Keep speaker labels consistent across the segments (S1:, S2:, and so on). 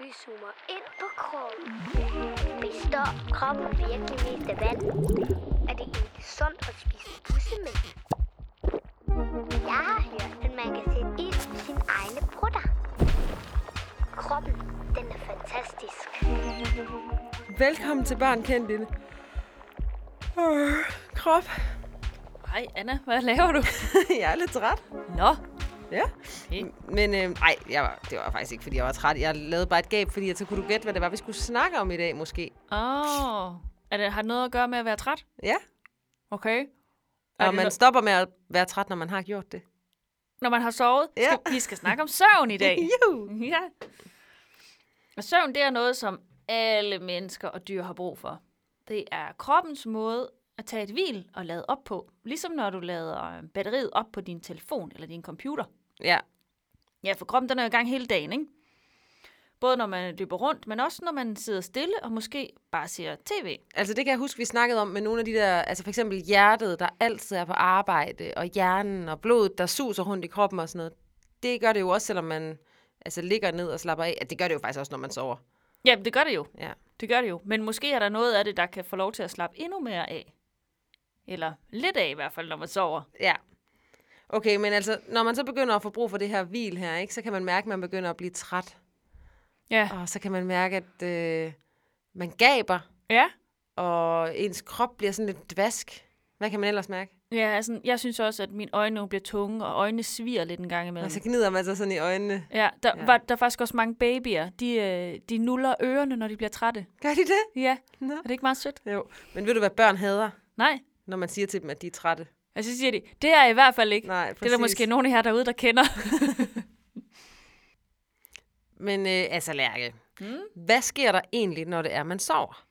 S1: Vi zoomer ind på kroppen. Består kroppen virkelig mest af vand? Er det ikke sundt at spise bussemænd? Jeg har hørt, at man kan sætte ild i sin egne brutter. Kroppen, den er fantastisk.
S2: Velkommen til Barn Kendt Lille. Øh, krop.
S3: Hej Anna, hvad laver du?
S2: jeg er lidt træt.
S3: Nå,
S2: Ja.
S3: Okay.
S2: Men øh, ej, jeg var, det var faktisk ikke, fordi jeg var træt. Jeg lavede bare et gab, fordi jeg så kunne du gætte, hvad det var, vi skulle snakke om i dag, måske.
S3: åh, oh, er det, har det noget at gøre med at være træt?
S2: Ja.
S3: Okay.
S2: Og
S3: Er det
S2: man
S3: no-
S2: stopper med at være træt, når man har gjort det.
S3: Når man har sovet,
S2: Ja.
S3: skal, vi skal snakke om søvn i dag.
S2: Juhu.
S3: ja. Og søvn, det er noget, som alle mennesker og dyr har brug for. Det er kroppens måde at tage et hvil og lade op på. Ligesom når du lader øh, batteriet op på din telefon eller din computer.
S2: Ja.
S3: Ja, for kroppen den er jo i gang hele dagen, ikke? Både når man løber rundt, men også når man sidder stille og måske bare ser tv.
S2: Altså det kan jeg huske, vi snakkede om med nogle af de der, altså for eksempel hjertet, der altid er på arbejde, og hjernen og blodet, der suser rundt i kroppen og sådan noget. Det gør det jo også, selvom man altså, ligger ned og slapper af. Ja, Det gør det jo faktisk også, når man sover.
S3: Jamen, det gør det jo.
S2: Ja.
S3: Det gør det jo. Men måske er der noget af det, der kan få lov til at slappe endnu mere af. Eller lidt af i hvert fald, når man sover.
S2: Ja. Okay, men altså, når man så begynder at få brug for det her hvil her, ikke, så kan man mærke, at man begynder at blive træt.
S3: Ja.
S2: Og så kan man mærke, at øh, man gaber,
S3: Ja.
S2: og ens krop bliver sådan lidt dvask. Hvad kan man ellers mærke?
S3: Ja, altså, jeg synes også, at mine øjne nu bliver tunge, og øjnene sviger lidt en gang imellem.
S2: Og så gnider man sig sådan i øjnene.
S3: Ja, der,
S2: Altså, Ja.
S3: ja. Var, der er faktisk også mange babyer. De, øh, de nuller ørerne, når de bliver trætte.
S2: Gør de det?
S3: Ja,
S2: Nå.
S3: er det ikke meget sødt?
S2: Jo. Men ved du, hvad børn hader,
S3: Nej.
S2: når man siger til dem, at de er trætte?
S3: Altså, så siger de, det er jeg i hvert fald ikke.
S2: Nej,
S3: det er der måske nogen af jer derude, der kender.
S2: Men øh, altså, Lærke, mm? hvad sker der egentlig, når det er, man sover?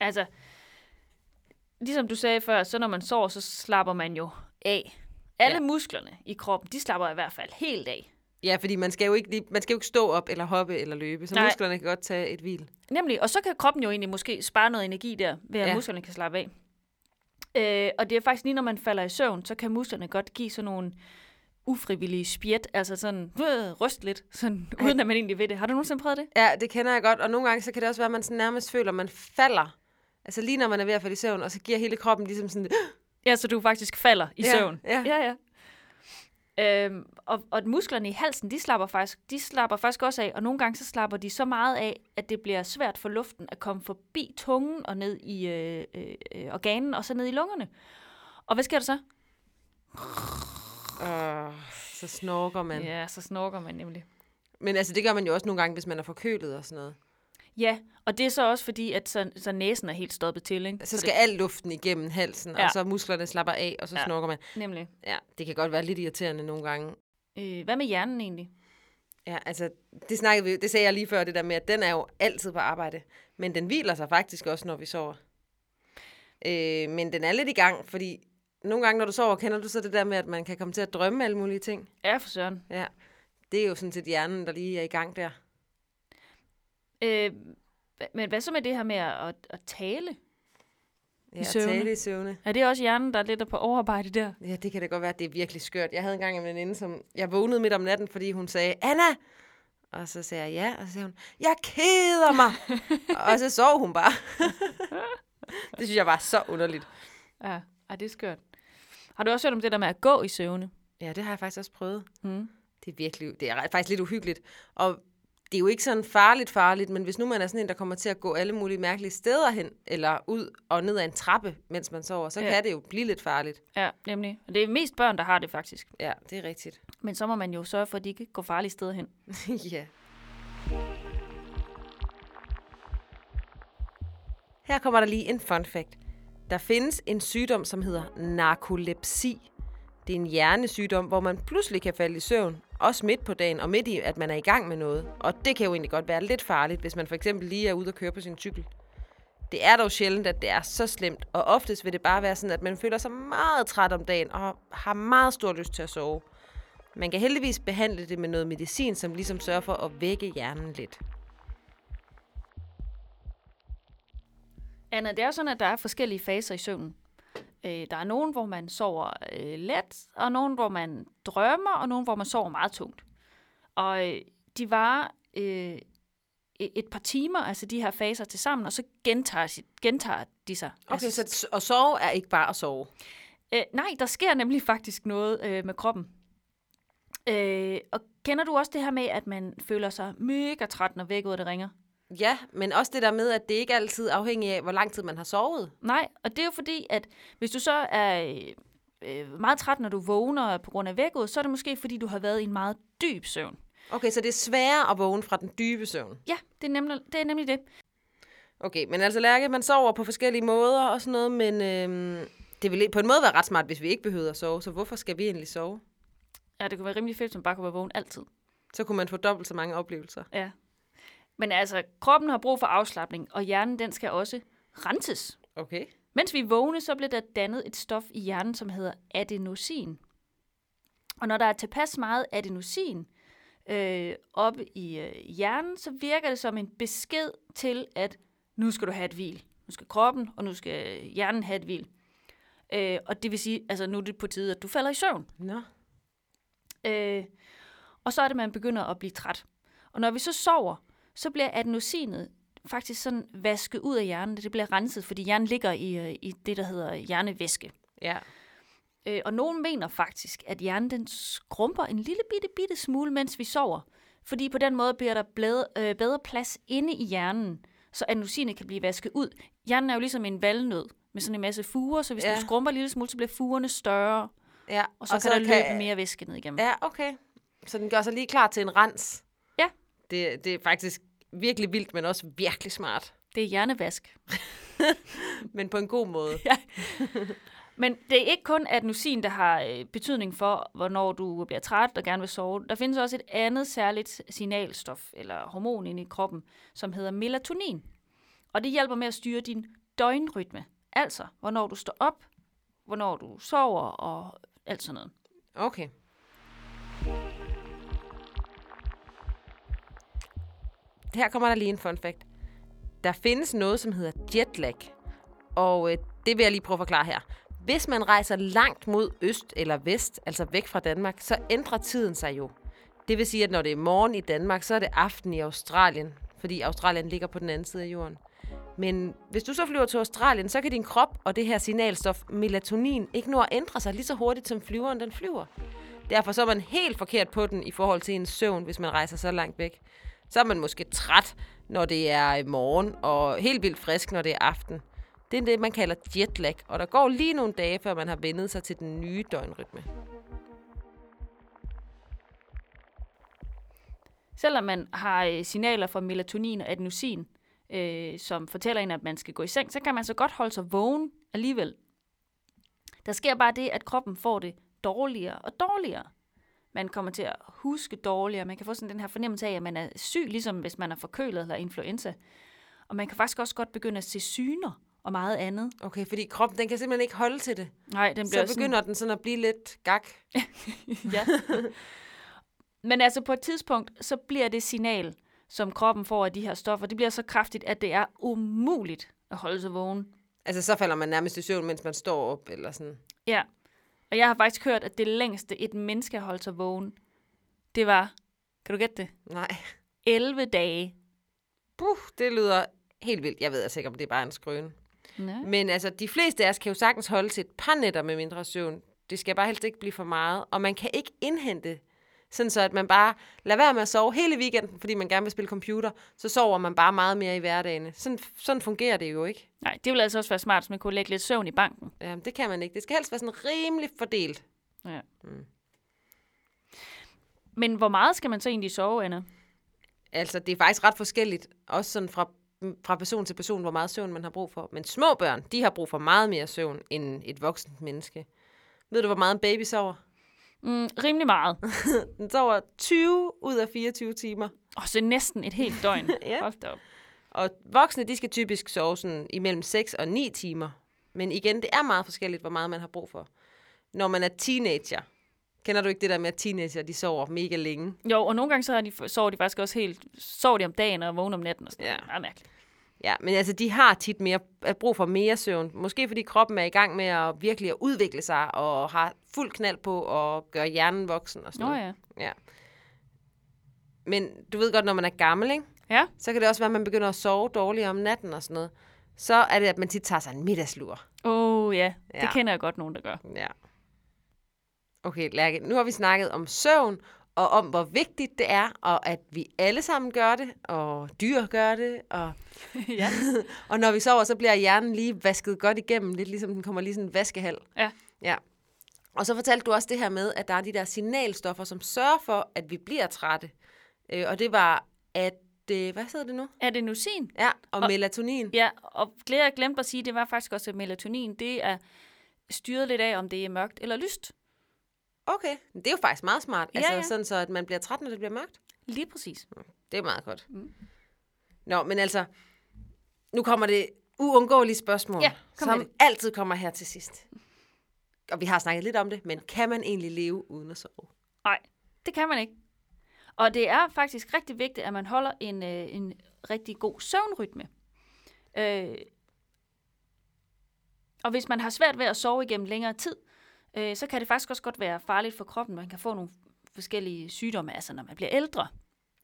S3: Altså, ligesom du sagde før, så når man sover, så slapper man jo af. Alle
S2: Ja.
S3: ja. musklerne i kroppen, de slapper i hvert fald helt af.
S2: Ja, fordi man skal jo ikke, lige, man skal jo ikke stå op, eller hoppe, eller løbe. Så Nej.
S3: Nej.
S2: musklerne kan godt tage et hvil.
S3: Nemlig, og så kan kroppen jo egentlig måske spare noget energi der, ved at
S2: Ja.
S3: ja. musklerne kan slappe af. Øh, og det er faktisk lige, når man falder i søvn, så kan musklerne godt give sådan nogle ufrivillige spjæt, altså sådan øh, ryst lidt, sådan,
S2: Ej.
S3: uden at man egentlig ved det. Har du nogensinde prøvet det?
S2: Ja, det kender jeg godt. Og nogle gange, så kan det også være, at man sådan nærmest føler, at man falder. Altså lige når man er ved at falde i søvn, og så giver hele kroppen ligesom sådan...
S3: Ja, så du faktisk falder i
S2: Ja,
S3: søvn.
S2: ja.
S3: ja. ja. Øhm, og, og musklerne i halsen, de slapper, faktisk, de slapper faktisk også af, og nogle gange så slapper de så meget af, at det bliver svært for luften at komme forbi tungen og ned i øh, øh, øh, organen og så ned i lungerne. Og hvad sker der så?
S2: Og så snorker man. Yeah.
S3: Ja, så snorker man nemlig.
S2: Men altså, det gør man jo også nogle gange, hvis man er forkølet og sådan noget.
S3: Ja, og det er så også fordi, at så, så næsen er helt stoppet til, ikke?
S2: Så skal al luften igennem halsen, ja.
S3: Ja.
S2: og så musklerne slapper af, og så ja.
S3: Ja.
S2: snorker man.
S3: det, nemlig.
S2: Ja, det kan godt være lidt irriterende nogle gange.
S3: Øh, hvad med hjernen egentlig?
S2: Ja, altså, det, snakkede vi, det sagde jeg lige før, det der med, at den er jo altid på arbejde. Men den hviler sig faktisk også, når vi sover. Øh, men den er lidt i gang, fordi nogle gange, når du sover, kender du så det der med, at man kan komme til at drømme alle mulige ting.
S3: Ja, for søren.
S2: Ja, det er jo sådan set hjernen, der lige er i gang der.
S3: Øh, hva- men hvad så med det her med at, at- at tale?
S2: Ja, I
S3: søvne.
S2: Tale i søvne.
S3: Er det også hjernen, der er lidt på overarbejde der?
S2: Ja, det kan da godt være, at det er virkelig skørt. Jeg havde engang en veninde, som jeg vågnede midt om natten, fordi hun sagde, Anna! Og så sagde jeg ja, og så sagde hun, jeg keder mig! og så sov hun bare. det synes jeg var så underligt.
S3: Ja, ja det er skørt. Har du også hørt om det der med at gå i søvne?
S2: Ja, det har jeg faktisk også prøvet.
S3: Mm.
S2: Det er virkelig, det er ret- faktisk lidt uhyggeligt. Og det er jo ikke sådan farligt farligt, men hvis nu man er sådan en, der kommer til at gå alle mulige mærkelige steder hen, eller ud og ned ad en trappe, mens man sover, så ja.
S3: Ja.
S2: kan det jo blive lidt farligt.
S3: Ja, nemlig. Og det er mest børn, der har det faktisk.
S2: Ja, det er rigtigt.
S3: Men så må man jo sørge for, at de ikke går farlige steder hen.
S2: ja. Her kommer der lige en fun fact. Der findes en sygdom, som hedder narkolepsi. Det er en hjernesygdom, hvor man pludselig kan falde i søvn, også midt på dagen og midt i, at man er i gang med noget. Og det kan jo egentlig godt være lidt farligt, hvis man for eksempel lige er ude og køre på sin cykel. Det er dog sjældent, at det er så slemt, og oftest vil det bare være sådan, at man føler sig meget træt om dagen og har meget stor lyst til at sove. Man kan heldigvis behandle det med noget medicin, som ligesom sørger for at vække hjernen lidt.
S3: Anna, det er jo sådan, at der er forskellige faser i søvnen. Øh, der er nogen, hvor man sover øh, let, og nogen, hvor man drømmer, og nogen, hvor man sover meget tungt. Og øh, de varer øh, e- et par timer, altså de her faser til sammen, og så gentager, si- gentager de sig.
S2: Okay,
S3: altså,
S2: så t- at sove er ikke bare at sove.
S3: Øh, nej, der sker nemlig faktisk noget øh, med kroppen. Øh, og kender du også det her med, at man føler sig mega træt, når vækkeuret ringer?
S2: Ja, men også det der med, at det ikke altid afhænger af, hvor lang tid man har sovet.
S3: Nej, og det er jo fordi, at hvis du så er øh, øh, meget træt, når du vågner på grund af vækkeuret, så er det måske, fordi du har været i en meget dyb søvn.
S2: Okay, så det er sværere at vågne fra den dybe søvn.
S3: Ja, det er nemlig det. Er nemlig det.
S2: Okay, men altså Lærke, man sover på forskellige måder og sådan noget, men øhm, det ville på en måde være ret smart, hvis vi ikke behøvede at sove, så hvorfor skal vi egentlig sove?
S3: Ja, det kunne være rimelig fedt, som bare kunne være vågen altid.
S2: Så kunne man få dobbelt så mange oplevelser.
S3: Ja. Men altså, kroppen har brug for afslappning, og hjernen den skal også renses.
S2: Okay.
S3: Mens vi er vågne, så bliver der dannet et stof i hjernen, som hedder adenosin. Og når der er tilpas meget adenosin øh, oppe i øh, hjernen, så virker det som en besked til, at nu skal du have et hvil. Nu skal kroppen, og nu skal hjernen have et hvil. Øh, og det vil sige, altså nu er det på tide, at du falder i søvn.
S2: Nå.
S3: Øh, og så er det, at man begynder at blive træt. Og når vi så sover, så bliver adenosinet faktisk sådan vasket ud af hjernen. Det bliver renset, fordi hjernen ligger i, øh, i det, der hedder hjernevæske.
S2: Ja.
S3: Øh, og nogen mener faktisk, at hjernen den skrumper en lille bitte, bitte smule, mens vi sover. Fordi på den måde bliver der blade, øh, bedre plads inde i hjernen, så adenosinet kan blive vasket ud. Hjernen er jo ligesom en valnød med sådan en masse fuger, så hvis ja.
S2: Ja.
S3: du skrumper en lille smule, så bliver fugerne større,
S2: ja.
S3: og så og kan så der løbe mere væske ned igennem.
S2: Ja, okay. Så den gør sig lige klar til en rens.
S3: Ja.
S2: Det, det er faktisk virkelig vildt, men også virkelig smart.
S3: Det er hjernevask.
S2: Men på en god måde.
S3: Men det er ikke kun adenosin, der har øh, betydning for, hvornår du bliver træt og gerne vil sove. Der findes også et andet særligt signalstof eller hormon inde i kroppen, som hedder melatonin. Og det hjælper med at styre din døgnrytme. Altså, hvornår du står op, hvornår du sover og alt sådan noget.
S2: Okay. Her kommer der lige en fun fact. Der findes noget, som hedder jetlag. Og øh, det vil jeg lige prøve at forklare her. Hvis man rejser langt mod øst eller vest, altså væk fra Danmark, så ændrer tiden sig jo. Det vil sige, at når det er morgen i Danmark, så er det aften i Australien, fordi Australien ligger på den anden side af jorden. Men hvis du så flyver til Australien, så kan din krop og det her signalstof melatonin ikke nå at ændre sig lige så hurtigt, som flyveren den flyver. Derfor så er man helt forkert på den i forhold til en søvn, hvis man rejser så langt væk. Så er man måske træt, når det er øh, morgen, og helt vildt frisk, når det er aften. Det er det, man kalder jetlag, og der går lige nogle dage, før man har vendet sig til den nye døgnrytme.
S3: Selvom man har øh, signaler fra melatonin og adenosin, øh, som fortæller en, at man skal gå i seng, så kan man så godt holde sig vågen alligevel. Der sker bare det, at kroppen får det dårligere og dårligere. Man kommer til at huske dårligere. Man kan få sådan den her fornemmelse af, at man er syg, ligesom hvis man er forkølet eller influenza. Og man kan faktisk også godt begynde at se syner og meget andet.
S2: Okay, fordi kroppen den kan simpelthen ikke holde til det.
S3: Nej, den
S2: Så begynder den sådan at blive lidt gak.
S3: ja. Men altså på et tidspunkt, så bliver det signal, som kroppen får af de her stoffer, det bliver så kraftigt, at det er umuligt at holde sig vågen.
S2: Altså, så falder man nærmest i søvn, mens man står op, eller sådan.
S3: Ja. Og jeg har faktisk hørt, at det længste et menneske har holdt sig vågen, det var, kan du gætte det?
S2: Nej.
S3: 11 dage.
S2: Puh, det lyder helt vildt. Jeg ved altså ikke, om det er bare en skrøne.
S3: Ja.
S2: Men altså, de fleste af os kan jo sagtens holde til et par nætter med mindre søvn. Det skal bare helst ikke blive for meget. Og man kan ikke indhente, sådan så at man bare lader være med at sove hele weekenden, fordi man gerne vil spille computer. Så sover man bare meget mere i hverdagene. Sådan, sådan fungerer det jo ikke.
S3: Nej, det ville altså også være smart, hvis man kunne lægge lidt søvn i banken.
S2: Jamen, det kan man ikke. Det skal helst være sådan rimelig fordelt.
S3: Ja. Mm. Men hvor meget skal man så egentlig sove, Anna?
S2: Altså, det er faktisk ret forskelligt, også sådan fra, fra person til person, hvor meget søvn man har brug for. Men små børn, de har brug for meget mere søvn end et voksent menneske. Ved du, hvor meget en baby sover?
S3: Mm, rimelig meget.
S2: Den sover 20 ud af 24 timer.
S3: Og så næsten et helt døgn.
S2: Ja.
S3: Hold da op.
S2: Og voksne, de skal typisk sove sådan imellem 6 og 9 timer. Men igen, det er meget forskelligt, hvor meget man har brug for. Når man er teenager, kender du ikke det der med, at teenager, de sover mega længe?
S3: Jo, og nogle gange så har de, sover de faktisk også helt, sover de om dagen og vågner om natten og sådan
S2: Ja.
S3: noget. Meget mærkeligt.
S2: Ja, men altså, de har tit mere, er brug for mere søvn. Måske fordi kroppen er i gang med at virkelig at udvikle sig, og har fuld knald på at gøre hjernen voksen og sådan
S3: Nå
S2: noget.
S3: ja.
S2: Ja. Men du ved godt, når man er gammel, ikke?
S3: Ja.
S2: Så kan det også være, at man begynder at sove dårligere om natten og sådan noget. Så er det, at man tit tager sig en middagslur.
S3: Åh oh, ja, det
S2: Ja.
S3: kender jeg godt nogen, der gør.
S2: Ja. Okay, Lærke, nu har vi snakket om søvn, og om hvor vigtigt det er, og at vi alle sammen gør det, og dyr gør det, og,
S3: ja.
S2: og når vi sover, så bliver hjernen lige vasket godt igennem, lidt ligesom den kommer lige sådan en vaskehal.
S3: Ja.
S2: Ja. Og så fortalte du også det her med, at der er de der signalstoffer, som sørger for, at vi bliver trætte. Øh, og det var, at, øh, hvad hedder det nu?
S3: Er det nusin?
S2: Ja, og, og
S3: Og-
S2: melatonin.
S3: Ja, og flere jeg glemte at sige, det var faktisk også, at melatonin, det er styret lidt af, om det er mørkt eller lyst.
S2: Okay, men det er jo faktisk meget smart.
S3: Ja,
S2: altså
S3: ja.
S2: sådan så, at man bliver træt, når det bliver mørkt.
S3: Lige præcis.
S2: Det er meget godt. Mm.
S3: Mm.
S2: Nå, men altså, nu kommer det uundgåelige spørgsmål,
S3: Ja, kom med
S2: som
S3: det.
S2: altid kommer her til sidst. Og vi har snakket lidt om det, men kan man egentlig leve uden at sove?
S3: Nej, det kan man ikke. Og det er faktisk rigtig vigtigt, at man holder en, øh, en rigtig god søvnrytme. Øh, og hvis man har svært ved at sove igennem længere tid, øh, så kan det faktisk også godt være farligt for kroppen. Man kan få nogle forskellige sygdomme, altså når man bliver ældre.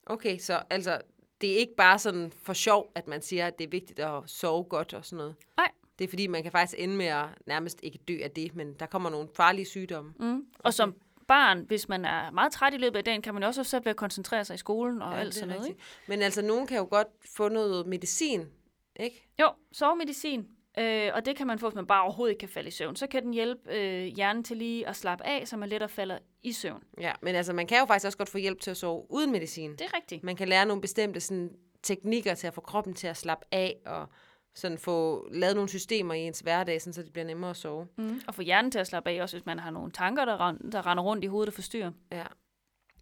S2: Okay, så altså, det er ikke bare sådan for sjov, at man siger, at det er vigtigt at sove godt og sådan noget.
S3: Nej.
S2: Det er fordi, man kan faktisk ende med at nærmest ikke dø af det, men der kommer nogle farlige sygdomme.
S3: Mm. Okay. Og som barn, hvis man er meget træt i løbet af dagen, kan man også have svært ved at koncentrere sig i skolen og ja, alt
S2: det er
S3: sådan noget.
S2: rigtigt.
S3: Ikke?
S2: Men altså, nogen kan jo godt få noget medicin, ikke?
S3: Jo, sovemedicin. Øh, og det kan man få, hvis man bare overhovedet ikke kan falde i søvn. Så kan den hjælpe øh, hjernen til lige at slappe af, så man lettere falder i søvn.
S2: Ja, men altså, man kan jo faktisk også godt få hjælp til at sove uden medicin.
S3: Det er rigtigt.
S2: Man kan lære nogle bestemte sådan, teknikker til at få kroppen til at slappe af, og sådan få lavet nogle systemer i ens hverdag, sådan, så det bliver nemmere at sove.
S3: Mm. Og få hjernen til at slappe af, også hvis man har nogle tanker, der, ren- der render rundt i hovedet og forstyrrer.
S2: Ja.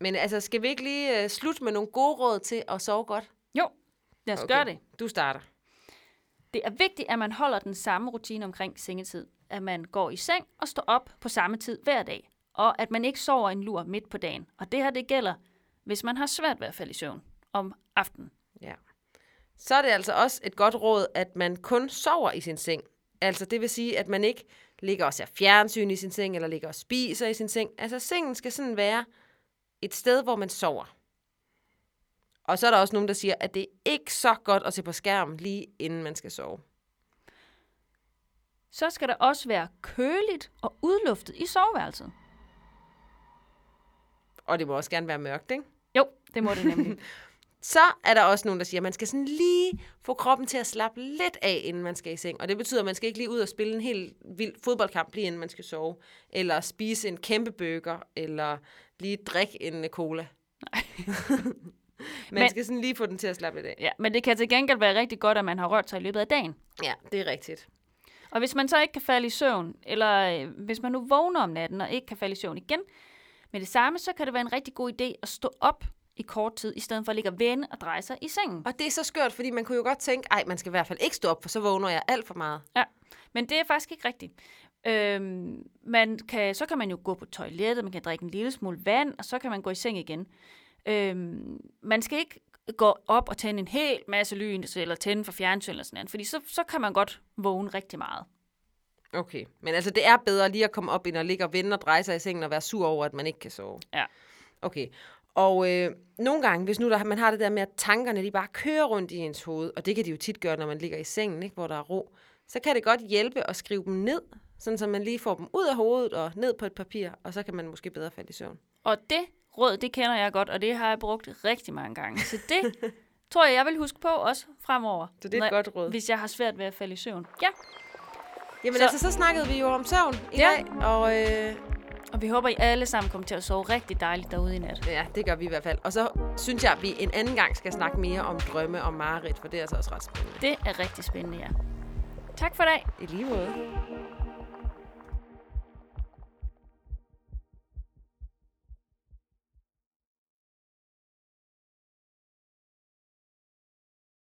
S2: Men altså, skal vi ikke lige øh, slutte med nogle gode råd til at sove godt?
S3: Jo, lad os okay. gøre det.
S2: Du starter.
S3: Det er vigtigt, at man holder den samme rutine omkring sengetid. At man går i seng og står op på samme tid hver dag. Og at man ikke sover en lur midt på dagen. Og det her, det gælder, hvis man har svært ved at falde i søvn om aftenen.
S2: Ja. Så er det altså også et godt råd, at man kun sover i sin seng. Altså, det vil sige, at man ikke ligger og ser fjernsyn i sin seng, eller ligger og spiser i sin seng. Altså, sengen skal sådan være et sted, hvor man sover. Og så er der også nogen, der siger, at det er ikke så godt at se på skærmen, lige inden man skal sove.
S3: Så skal der også være køligt og udluftet i soveværelset.
S2: Og det må også gerne være mørkt, ikke?
S3: Jo, det må det nemlig.
S2: Så er der også nogen, der siger, at man skal sådan lige få kroppen til at slappe lidt af, inden man skal i seng. Og det betyder, at man skal ikke lige ud og spille en helt vild fodboldkamp, lige inden man skal sove. Eller spise en kæmpe burger, eller lige drikke en øh, cola. man
S3: Men-
S2: skal sådan lige få den til at slappe lidt af.
S3: ja, men det kan til gengæld være rigtig godt, at man har rørt sig i løbet af dagen.
S2: Ja, det er rigtigt.
S3: Og hvis man så ikke kan falde i søvn, eller øh, hvis man nu vågner om natten og ikke kan falde i søvn igen, med det samme, så kan det være en rigtig god idé at stå op i kort tid, i stedet for at ligge og vende og dreje sig i sengen.
S2: Og det er så skørt, fordi man kunne jo godt tænke, ej, man skal i hvert fald ikke stå op, for så vågner jeg alt for meget.
S3: Ja, men det er faktisk ikke rigtigt. Øhm, man kan, så kan man jo gå på toilettet, man kan drikke en lille smule vand, og så kan man gå i seng igen. Øhm, man skal ikke gå op og tænde en hel masse lys, eller tænde for fjernsyn eller sådan noget, fordi så, så kan man godt vågne rigtig meget.
S2: Okay, men altså det er bedre lige at komme op, end at ligge og vende og dreje sig i sengen og være sur over, at man ikke kan sove.
S3: Ja.
S2: Okay, og øh, nogle gange, hvis nu der, man har det der med, at tankerne de bare kører rundt i ens hoved, og det kan de jo tit gøre, når man ligger i sengen, ikke, hvor der er ro, så kan det godt hjælpe at skrive dem ned, sådan så man lige får dem ud af hovedet og ned på et papir, og så kan man måske bedre falde i søvn.
S3: Og det råd, det kender jeg godt, og det har jeg brugt rigtig mange gange. Så det tror jeg, jeg vil huske på også fremover.
S2: Så det er et
S3: når-
S2: godt råd.
S3: Hvis jeg har svært ved at falde i søvn. Ja,
S2: Jamen så...
S3: Så-
S2: altså, så snakkede vi jo om søvn i
S3: Ja.
S2: dag, og øh,
S3: og vi håber, I alle sammen kommer til at sove rigtig dejligt derude i nat.
S2: ja, det gør vi i hvert fald. Og så synes jeg, at vi en anden gang skal snakke mere om drømme og mareridt, for det er altså også ret spændende.
S3: Det er rigtig spændende, ja. Tak for i dag.
S2: I lige måde.